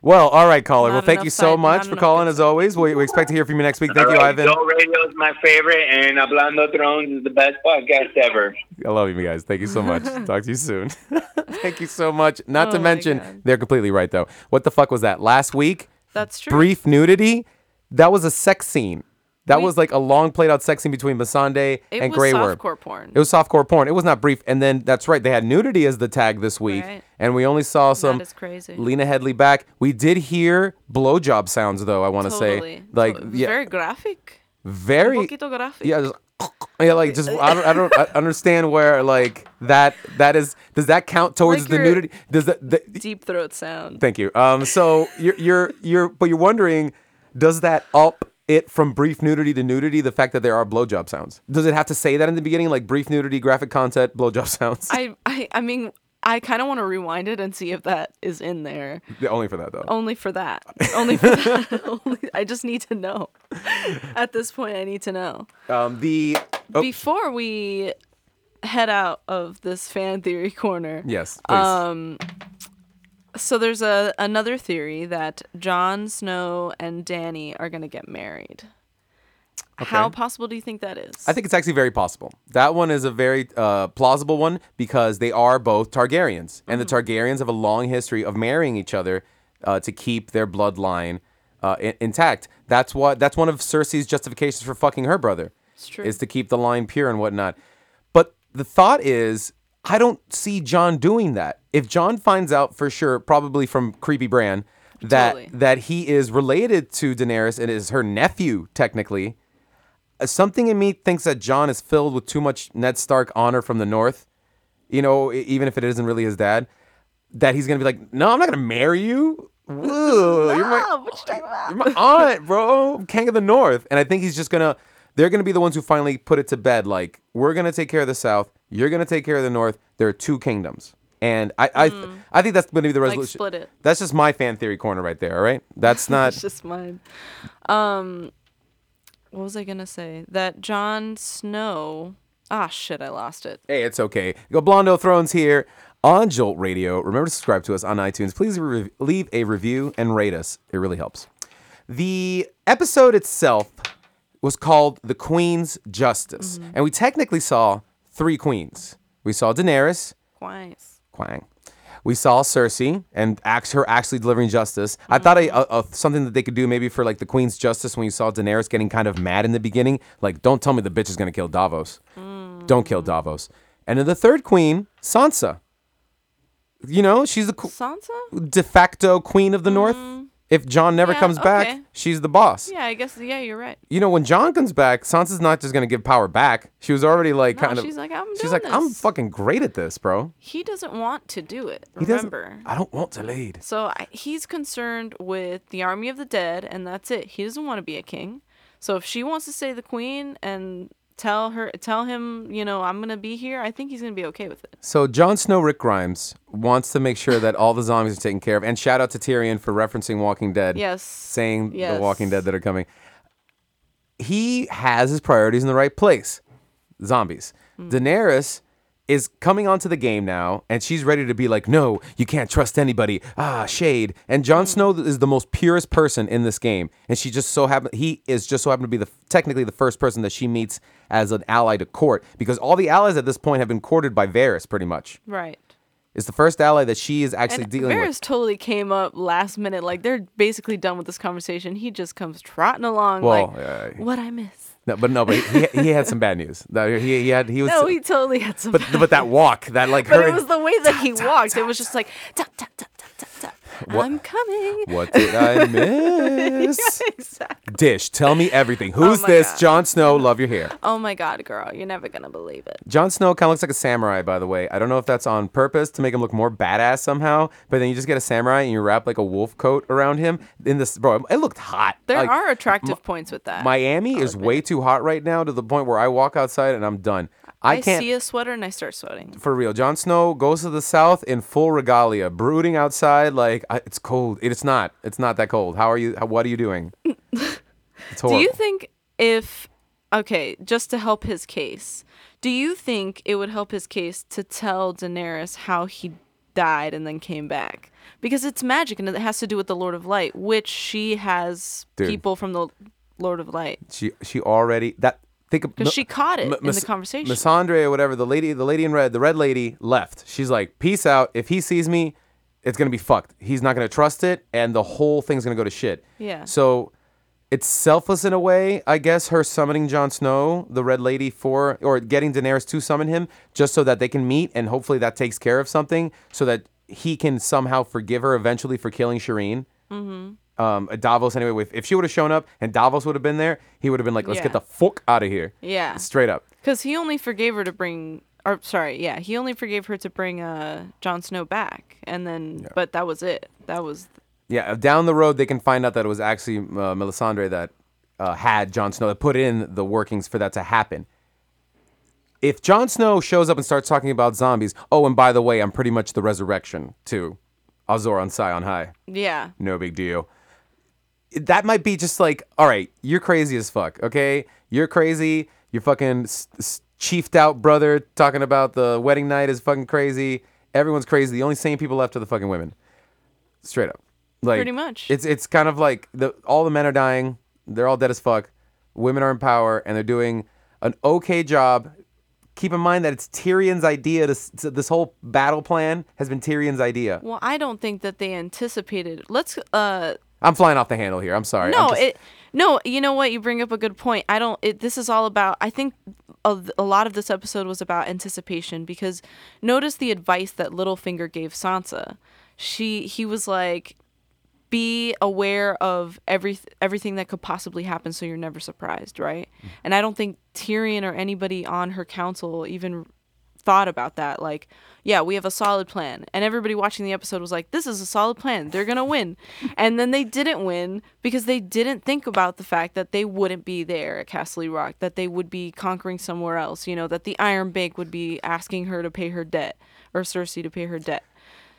[SPEAKER 2] Well, all right, caller.
[SPEAKER 1] Not
[SPEAKER 2] well, thank
[SPEAKER 1] enough
[SPEAKER 2] you so
[SPEAKER 1] side-
[SPEAKER 2] much
[SPEAKER 1] not
[SPEAKER 2] for
[SPEAKER 1] enough
[SPEAKER 2] calling
[SPEAKER 1] good
[SPEAKER 2] as always. We, we expect to hear from you next week. Thank you,
[SPEAKER 5] All right,
[SPEAKER 2] Ivan.
[SPEAKER 5] Go Radio is my favorite, and Hablando Thrones is the best podcast ever.
[SPEAKER 2] I love you guys. Thank you so much. Talk to you soon. thank you so much. Not to
[SPEAKER 1] Oh my
[SPEAKER 2] mention,
[SPEAKER 1] God.
[SPEAKER 2] they're completely right though. What the fuck was that? Last week,
[SPEAKER 1] That's true.
[SPEAKER 2] brief nudity. That was a sex scene. That
[SPEAKER 1] We-
[SPEAKER 2] was like a long played out sex scene between Masande
[SPEAKER 1] It
[SPEAKER 2] and
[SPEAKER 1] was
[SPEAKER 2] Grey Worm.
[SPEAKER 1] softcore porn.
[SPEAKER 2] It was softcore porn. It was not brief. And then that's right, they had nudity as the tag this week,
[SPEAKER 1] Right.
[SPEAKER 2] and we only saw some.
[SPEAKER 1] that is crazy.
[SPEAKER 2] Lena Headley back. We did hear blowjob sounds though. I want to
[SPEAKER 1] totally.
[SPEAKER 2] say like
[SPEAKER 1] To-
[SPEAKER 2] yeah,
[SPEAKER 1] very graphic.
[SPEAKER 2] very
[SPEAKER 1] Un poquito graphic.
[SPEAKER 2] yeah, just, yeah, like just I don't, I don't I understand where like that that is. Does that count towards
[SPEAKER 1] Like
[SPEAKER 2] the
[SPEAKER 1] your-
[SPEAKER 2] nudity? Does that? The,
[SPEAKER 1] Deep throat sound.
[SPEAKER 2] thank you. Um, so you're you're you're but you're wondering, does that up it from brief nudity to nudity? The fact that there are blowjob sounds. Does it have to say that in the beginning, like brief nudity, graphic content, blowjob sounds?
[SPEAKER 1] I, I, I mean, I kind of want to rewind it and see if that is in there.
[SPEAKER 2] Yeah, Only for that though.
[SPEAKER 1] Only for that. Only for that. Only, I just need to know. At this point, I need to know.
[SPEAKER 2] Um, the oh,
[SPEAKER 1] Before we head out of this fan theory corner,
[SPEAKER 2] yes, please.
[SPEAKER 1] Um, so there's a another theory that Jon Snow and Danny are gonna get married. How
[SPEAKER 2] Okay.
[SPEAKER 1] possible do you think that is?
[SPEAKER 2] I think it's actually very possible. That one is a very uh, plausible one because they are both Targaryens, and the Targaryens have a long history of marrying each other uh, to keep their bloodline uh, in- intact. That's what. That's one of Cersei's justifications for fucking her brother. It's
[SPEAKER 1] true.
[SPEAKER 2] Is to keep the line pure and whatnot. But the thought is, I don't see John doing that. If John finds out for sure, probably from creepy Bran, that
[SPEAKER 1] Totally.
[SPEAKER 2] that he is related to Daenerys and is her nephew technically Uh, something in me thinks that John is filled with too much Ned Stark honor from the North. You know, e- even if it isn't really his dad, that he's gonna be like, "No, I'm not gonna marry you. Woo, you're
[SPEAKER 1] Oh,
[SPEAKER 2] my, you're my aunt, bro, King of the North." And I think he's just gonna, they're gonna be the ones who finally put it to bed. Like, we're gonna take care of the South. You're gonna take care of the North. There are two kingdoms, and I, I, I think that's gonna be the resolution.
[SPEAKER 1] split it.
[SPEAKER 2] That's just my fan theory corner right there. All right, that's not
[SPEAKER 1] it's just mine. Um, what was I gonna say? That Jon Snow. Ah, shit! I lost it.
[SPEAKER 2] Hey, it's okay. Go Blondo Thrones here on Jolt Radio. Remember to subscribe to us on iTunes. Please re- leave a review and rate us. It really helps. The episode itself was called The Queen's Justice, and we technically saw three queens. We saw Daenerys,
[SPEAKER 1] Twice.
[SPEAKER 2] Quang. We saw Cersei and act, her actually delivering justice.
[SPEAKER 1] Mm-hmm.
[SPEAKER 2] I thought a, a, a- something that they could do maybe for like the Queen's justice when you saw Daenerys getting kind of mad in the beginning. Like, don't tell me the bitch is gonna kill Davos.
[SPEAKER 1] Mm.
[SPEAKER 2] Don't kill Davos. And then the third queen, Sansa. You know, she's the qu-
[SPEAKER 1] Sansa?
[SPEAKER 2] de facto queen of the North. If John never
[SPEAKER 1] Mm-hmm. Yeah,
[SPEAKER 2] comes back,
[SPEAKER 1] okay.
[SPEAKER 2] she's the boss.
[SPEAKER 1] Yeah, I guess. Yeah, you're right.
[SPEAKER 2] You know, when John comes back, Sansa's not just gonna give power back. She was already like
[SPEAKER 1] No,
[SPEAKER 2] kind of.
[SPEAKER 1] Oh, she's like, "I'm
[SPEAKER 2] she's
[SPEAKER 1] doing
[SPEAKER 2] like, I'm
[SPEAKER 1] this."
[SPEAKER 2] fucking great at this, bro.
[SPEAKER 1] He doesn't want to do it.
[SPEAKER 2] He doesn't-
[SPEAKER 1] Remember.
[SPEAKER 2] I don't want to lead.
[SPEAKER 1] So I, he's concerned with the army of the dead, and that's it. He doesn't want to be a king. So if she wants to stay the queen and tell her, tell him, you know, I'm gonna be here. I think he's gonna be okay with it.
[SPEAKER 2] So Jon Snow Rick Grimes wants to make sure that all the zombies are taken care of. And shout out to Tyrion for referencing Walking Dead.
[SPEAKER 1] Yes.
[SPEAKER 2] Saying
[SPEAKER 1] Yes.
[SPEAKER 2] the Walking Dead that are coming.
[SPEAKER 1] Hmm.
[SPEAKER 2] He has his priorities in the right place. Zombies. Daenerys is coming onto the game now, and she's ready to be like, "No, you can't trust anybody." Ah, shade. And Jon
[SPEAKER 1] Hmm.
[SPEAKER 2] Snow is the most purest person in this game, and she just so happen he is just so happened to be the technically the first person that she meets as an ally to court because all the allies at this point have been courted by Varys, pretty much.
[SPEAKER 1] Right.
[SPEAKER 2] It's the first ally that she is actually
[SPEAKER 1] And
[SPEAKER 2] dealing
[SPEAKER 1] Varys
[SPEAKER 2] with.
[SPEAKER 1] totally came up last minute. Like they're basically done with this conversation. He just comes trotting along.
[SPEAKER 2] Well,
[SPEAKER 1] like
[SPEAKER 2] yeah, yeah.
[SPEAKER 1] what I miss.
[SPEAKER 2] No, but no, but he, he had some bad news. No, he, he had he was.
[SPEAKER 1] No, he totally had some.
[SPEAKER 2] but but that walk, that like
[SPEAKER 1] But
[SPEAKER 2] her.
[SPEAKER 1] it was the way that he walked. It was just like tap tap tap tap tap tap.
[SPEAKER 2] What-
[SPEAKER 1] I'm coming.
[SPEAKER 2] what did I miss?
[SPEAKER 1] exactly.
[SPEAKER 2] Dish, tell me everything. Who's
[SPEAKER 1] Oh my
[SPEAKER 2] this?
[SPEAKER 1] God.
[SPEAKER 2] Jon Snow, love your hair.
[SPEAKER 1] Oh my god, girl, you're never gonna believe it.
[SPEAKER 2] Jon Snow kind of looks like a samurai, by the way. I don't know if that's on purpose to make him look more badass somehow, but then you just get a samurai and you wrap like a wolf coat around him. In this, bro, it looked hot.
[SPEAKER 1] There
[SPEAKER 2] Like,
[SPEAKER 1] are attractive points with that.
[SPEAKER 2] Miami
[SPEAKER 1] I'll
[SPEAKER 2] is
[SPEAKER 1] admit
[SPEAKER 2] way
[SPEAKER 1] it.
[SPEAKER 2] too hot right now to the point where I walk outside and I'm done. I,
[SPEAKER 1] I
[SPEAKER 2] can't.
[SPEAKER 1] see a sweater and I start sweating.
[SPEAKER 2] for real. Jon Snow goes to the south in full regalia, brooding outside like I, it's cold. It's not. It's not that cold. How are you? How, what are you doing? It's
[SPEAKER 1] Do
[SPEAKER 2] horrible.
[SPEAKER 1] you think if okay, just to help his case, do you think it would help his case to tell Daenerys how he died and then came back? Because it's magic and it has to do with the Lord of Light, which she has
[SPEAKER 2] Dude.
[SPEAKER 1] people from the Lord of Light.
[SPEAKER 2] she she already that think of-
[SPEAKER 1] Because she caught it in
[SPEAKER 2] Mis-
[SPEAKER 1] the conversation.
[SPEAKER 2] Missandre or whatever the lady the lady in red the red lady left. She's like peace out. If he sees me, it's gonna be fucked. He's not gonna trust it, and the whole thing's gonna go to shit.
[SPEAKER 1] Yeah.
[SPEAKER 2] So. It's selfless in a way, I guess, her summoning Jon Snow, the Red Lady, for, or getting Daenerys to summon him just so that they can meet and hopefully that takes care of something so that he can somehow forgive her eventually for killing Shireen
[SPEAKER 1] Mm-hmm.
[SPEAKER 2] um, Davos anyway. If, if she would have shown up and Davos would have been there, he would have been like, "Let's
[SPEAKER 1] Yeah.
[SPEAKER 2] get the fuck out of here."
[SPEAKER 1] Yeah.
[SPEAKER 2] straight up.
[SPEAKER 1] Because he only forgave her to bring, or sorry, yeah, he only forgave her to bring uh Jon Snow back, and then, but that was it. That was
[SPEAKER 2] Yeah, uh, down the road they can find out that it was actually uh, Melisandre that uh, had Jon Snow that put in the workings for that to happen. If Jon Snow shows up and starts talking about zombies, oh, and by the way, I'm pretty much the resurrection too. Azor on Sai on high.
[SPEAKER 1] yeah.
[SPEAKER 2] no big deal. That might be just like, all right, you're crazy as fuck, okay? You're crazy. Your fucking s- s- chiefed out brother talking about the wedding night is fucking crazy. Everyone's crazy. The only sane people left are the fucking women. Straight up. Like
[SPEAKER 1] Pretty much.
[SPEAKER 2] It's it's kind of like the all the men are dying. They're all dead as fuck. Women are in power and they're doing an okay job. Keep in mind that it's Tyrion's idea to, s- to this whole battle plan has been Tyrion's idea.
[SPEAKER 1] Well, I don't think that they anticipated. Let's uh
[SPEAKER 2] I'm flying off the handle here. I'm sorry. I'm
[SPEAKER 1] no
[SPEAKER 2] just-
[SPEAKER 1] it no you know what you bring up a good point i don't it, this is all about i think a, a lot of this episode was about anticipation because notice the advice that littlefinger gave sansa she he was like be aware of every everything that could possibly happen so you're never surprised right and i don't think tyrion or anybody on her council even thought about that like yeah we have a solid plan and everybody watching the episode was like this is a solid plan they're gonna win and then they didn't win because they didn't think about the fact that they wouldn't be there at castle rock that they would be conquering somewhere else you know that the iron bank would be asking her to pay her debt or cersei to pay her debt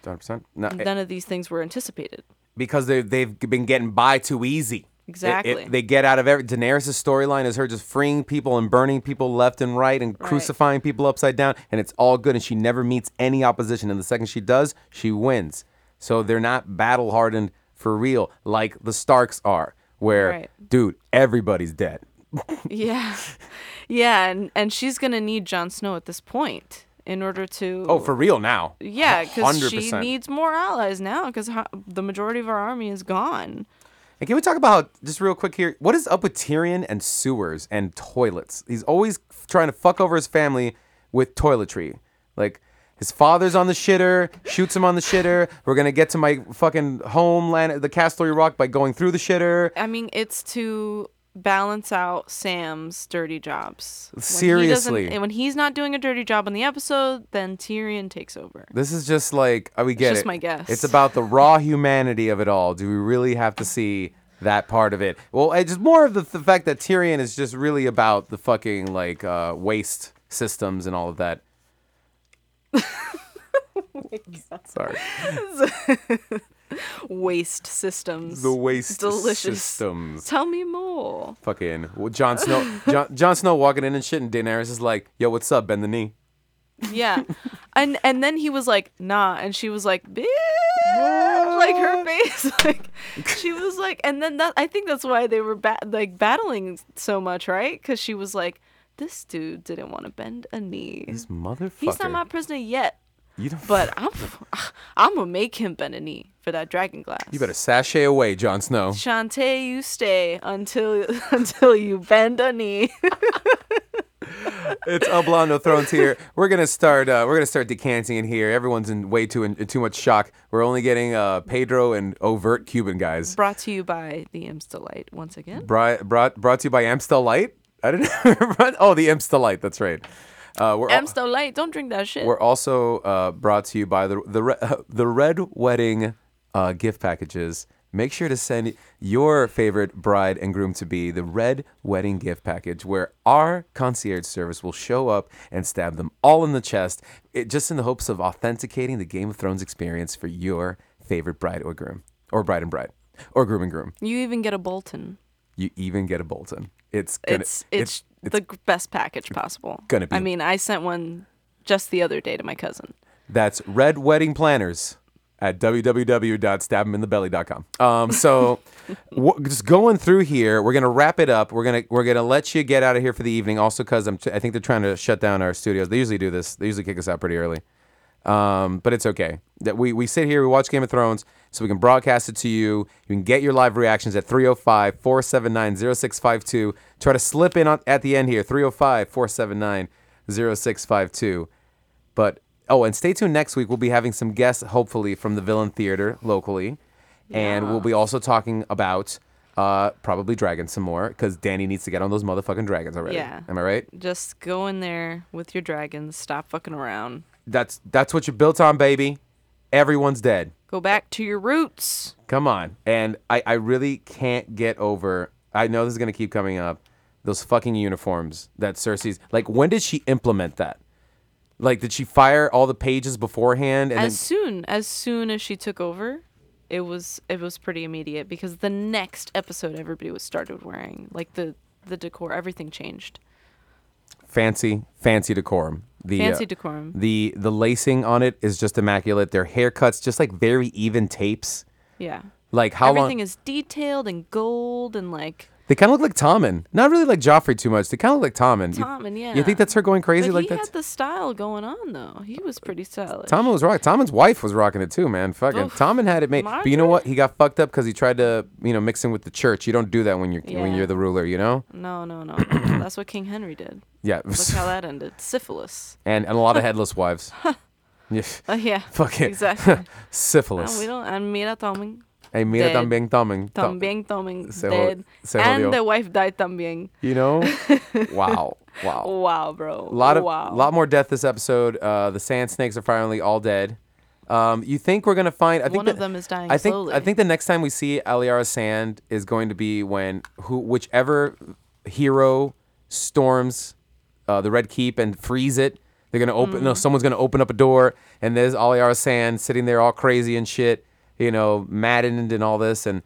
[SPEAKER 2] 100%. No, it-
[SPEAKER 1] none of these things were anticipated
[SPEAKER 2] because they they've been getting by too easy. It- it-
[SPEAKER 1] Exactly.
[SPEAKER 2] they get out of every Daenerys' storyline is her just freeing people and burning people left and right and crucifying people upside down, and it's all good. And she never meets any opposition. And the second she does, she wins. So they're not battle hardened for real like the Starks are, where
[SPEAKER 1] Right.
[SPEAKER 2] dude, everybody's dead.
[SPEAKER 1] Yeah. Yeah, and and she's going to need Jon Snow at this point in order to
[SPEAKER 2] Oh, for real now.
[SPEAKER 1] Yeah, cuz she
[SPEAKER 2] 100%.
[SPEAKER 1] needs more allies now cuz the majority of her army is gone.
[SPEAKER 2] And can we talk about just real quick here? What is up with Tyrion and sewers and toilets? He's always f- trying to fuck over his family with toiletry. Like his father's on the shitter, shoots him on the shitter. We're gonna get to my fucking homeland, the Castlery Rock, by going through the shitter.
[SPEAKER 1] I mean, it's to balance out Sam's dirty jobs. When he doesn't-
[SPEAKER 2] Seriously.
[SPEAKER 1] and when he's not doing a dirty job on the episode, then Tyrion takes over.
[SPEAKER 2] This is just like uh, we get
[SPEAKER 1] just
[SPEAKER 2] it.
[SPEAKER 1] my guess.
[SPEAKER 2] It's about the raw humanity of it all. Do we really have to see that part of it? Well, it's just more of the, the fact that Tyrion is just really about the fucking like uh, waste systems and all of that. Sorry,
[SPEAKER 1] Waste systems.
[SPEAKER 2] the waste
[SPEAKER 1] Delicious.
[SPEAKER 2] systems.
[SPEAKER 1] Tell me more.
[SPEAKER 2] Fucking well, Jon Snow, Jon, Jon Snow walking in and shit, and Daenerys is like, "Yo, what's up? Bend the knee."
[SPEAKER 1] Yeah. And and then he was like, nah, and she was like, bitch, like her face, like she was like, and then that I think that's why they were ba- like battling so much, right? Because she was like, this dude didn't want to bend a knee.
[SPEAKER 2] This motherfucker.
[SPEAKER 1] He's not my prisoner yet,
[SPEAKER 2] you don't,
[SPEAKER 1] but I'm I'm gonna make him bend a knee for that dragon glass.
[SPEAKER 2] you better sashay away, Jon Snow.
[SPEAKER 1] Shantae, you stay until until you bend a knee.
[SPEAKER 2] it's Oblongo Thrones here. We're gonna start. Uh, we're gonna start decanting in here. Everyone's in way too in, too much shock. We're only getting uh, Pedro and overt Cuban guys.
[SPEAKER 1] Brought to you by the Im's Delight once again.
[SPEAKER 2] Brought brought brought to you by Amstel Light. I didn't. oh, the Amstel Light. That's right. Uh, we're al-
[SPEAKER 1] M's Delight, don't drink that shit.
[SPEAKER 2] We're also uh, brought to you by the the Re- the Red Wedding uh, gift packages. Make sure to send your favorite bride and groom to be the Red Wedding gift package, where our concierge service will show up and stab them all in the chest, it, just in the hopes of authenticating the Game of Thrones experience for your favorite bride or groom, or bride and bride, or groom and groom.
[SPEAKER 1] You even get a Bolton.
[SPEAKER 2] You even get a Bolton. It's gonna,
[SPEAKER 1] It's it's, the g best package possible.
[SPEAKER 2] gonna be-
[SPEAKER 1] I mean, I sent one just the other day to my cousin.
[SPEAKER 2] That's Red Wedding Planners at www.stabhemininthebelly.com. Um, so w- just going through here, we're gonna wrap it up. We're gonna we're gonna let you get out of here for the evening. Also, because I'm t- I think they're trying to shut down our studios. They usually do this. They usually kick us out pretty early. Um, but it's okay. That we we sit here, we watch Game of Thrones, so we can broadcast it to you. You can get your live reactions at 305-479-0652. Try to slip in on, at the end here, 305-479-0652. But oh, and stay tuned next week. We'll be having some guests, hopefully from the Villain Theater locally, and we'll be also talking about uh, probably dragons some more because Danny needs to get on those motherfucking dragons already.
[SPEAKER 1] Yeah.
[SPEAKER 2] am I right?
[SPEAKER 1] Just go in there with your dragons. Stop fucking around.
[SPEAKER 2] That's that's what you're built on, baby. Everyone's dead.
[SPEAKER 1] Go back to your roots.
[SPEAKER 2] Come on. And I, I really can't get over. I know this is gonna keep coming up. Those fucking uniforms that Cersei's like. When did she implement that? Like, did she fire all the pages beforehand? And
[SPEAKER 1] as soon as soon as she took over, it was it was pretty immediate because the next episode everybody was started wearing like the the decor everything changed.
[SPEAKER 2] then fancy, fancy decorum. The uh,
[SPEAKER 1] Fancy decorum.
[SPEAKER 2] The the lacing on it is just immaculate. Their haircuts just like very even tapes.
[SPEAKER 1] Yeah.
[SPEAKER 2] Like how
[SPEAKER 1] everything
[SPEAKER 2] long
[SPEAKER 1] is detailed and gold and like
[SPEAKER 2] they kind of look like Tommen. Not really like Joffrey too much. They kind of look like Tommen. You-
[SPEAKER 1] Tommen,
[SPEAKER 2] you,
[SPEAKER 1] yeah.
[SPEAKER 2] think that's her going crazy
[SPEAKER 1] But
[SPEAKER 2] like
[SPEAKER 1] he
[SPEAKER 2] that?
[SPEAKER 1] had the style going on though. He was pretty stylish.
[SPEAKER 2] Tommen was rock. Tommen's wife was rocking it too, man. Fucking
[SPEAKER 1] Oof.
[SPEAKER 2] Tommen had it made. But you know
[SPEAKER 1] Oh, Margaret?
[SPEAKER 2] what? He got fucked up because he tried to you know mix in with the church. You don't do that when you're when
[SPEAKER 1] Yeah.
[SPEAKER 2] you're the ruler. You know?
[SPEAKER 1] No, no, no. no. That's what King Henry did.
[SPEAKER 2] Yeah.
[SPEAKER 1] Look how that ended. Syphilis.
[SPEAKER 2] and and a lot of headless wives. yeah.
[SPEAKER 1] Oh yeah.
[SPEAKER 2] Fuck it.
[SPEAKER 1] Exactly.
[SPEAKER 2] Syphilis.
[SPEAKER 1] no, we don't. And mira también.
[SPEAKER 2] Hey, mira
[SPEAKER 1] Dead.
[SPEAKER 2] también Tommen. Tom-
[SPEAKER 1] También también
[SPEAKER 2] Se jod-
[SPEAKER 1] dead.
[SPEAKER 2] se jodió.
[SPEAKER 1] and the wife died también.
[SPEAKER 2] You know? wow. Wow.
[SPEAKER 1] Wow, bro.
[SPEAKER 2] A lot of
[SPEAKER 1] wow.
[SPEAKER 2] lot more death this episode. Uh, the sand snakes are finally all dead. Um, you think we're gonna find? I think
[SPEAKER 1] One
[SPEAKER 2] the-
[SPEAKER 1] of them is dying
[SPEAKER 2] I think
[SPEAKER 1] slowly.
[SPEAKER 2] I think the next time we see Aliara Sand is going to be when who whichever hero storms uh, the Red Keep and frees it. They're gonna open.
[SPEAKER 1] Mm.
[SPEAKER 2] No, someone's gonna open up a door, and there's Aliara Sand sitting there all crazy and shit. You know, maddened and all this, and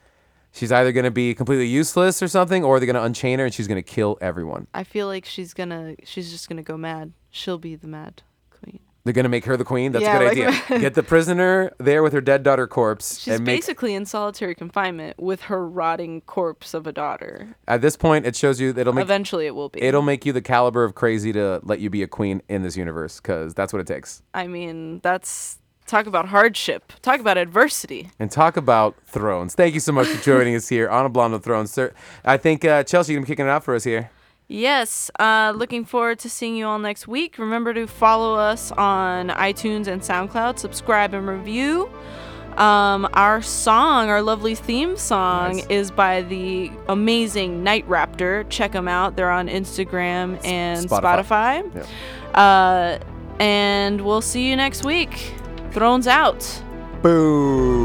[SPEAKER 2] she's either gonna be completely useless or something, or they're gonna unchain her and she's gonna kill everyone.
[SPEAKER 1] I feel like she's gonna. She's just gonna go mad. She'll be the mad queen.
[SPEAKER 2] They're gonna make her the queen. That's
[SPEAKER 1] Yeah,
[SPEAKER 2] a good
[SPEAKER 1] like-
[SPEAKER 2] idea. Get the prisoner there with her dead daughter corpse,
[SPEAKER 1] She's
[SPEAKER 2] and make,
[SPEAKER 1] basically in solitary confinement with her rotting corpse of a daughter.
[SPEAKER 2] at this point it shows you that it'll make
[SPEAKER 1] Eventually, it will be.
[SPEAKER 2] it'll make you the caliber of crazy to let you be a queen in this universe, because that's what it takes.
[SPEAKER 1] I mean, that's talk about hardship. Talk about adversity.
[SPEAKER 2] And talk about thrones. Thank you so much for joining us here on a blonde with thrones, sir. I think uh, Chelsea, you're gonna be kicking it out for us here.
[SPEAKER 1] Yes, uh, looking forward to seeing you all next week. Remember to follow us on iTunes and SoundCloud, subscribe and review. Um, our song, our lovely theme song,
[SPEAKER 2] Nice.
[SPEAKER 1] is by the amazing Night Raptor. Check them out. They're on Instagram and
[SPEAKER 2] Spotify.
[SPEAKER 1] Spotify. Uh, and we'll see you next week. Thrones out.
[SPEAKER 2] Boom.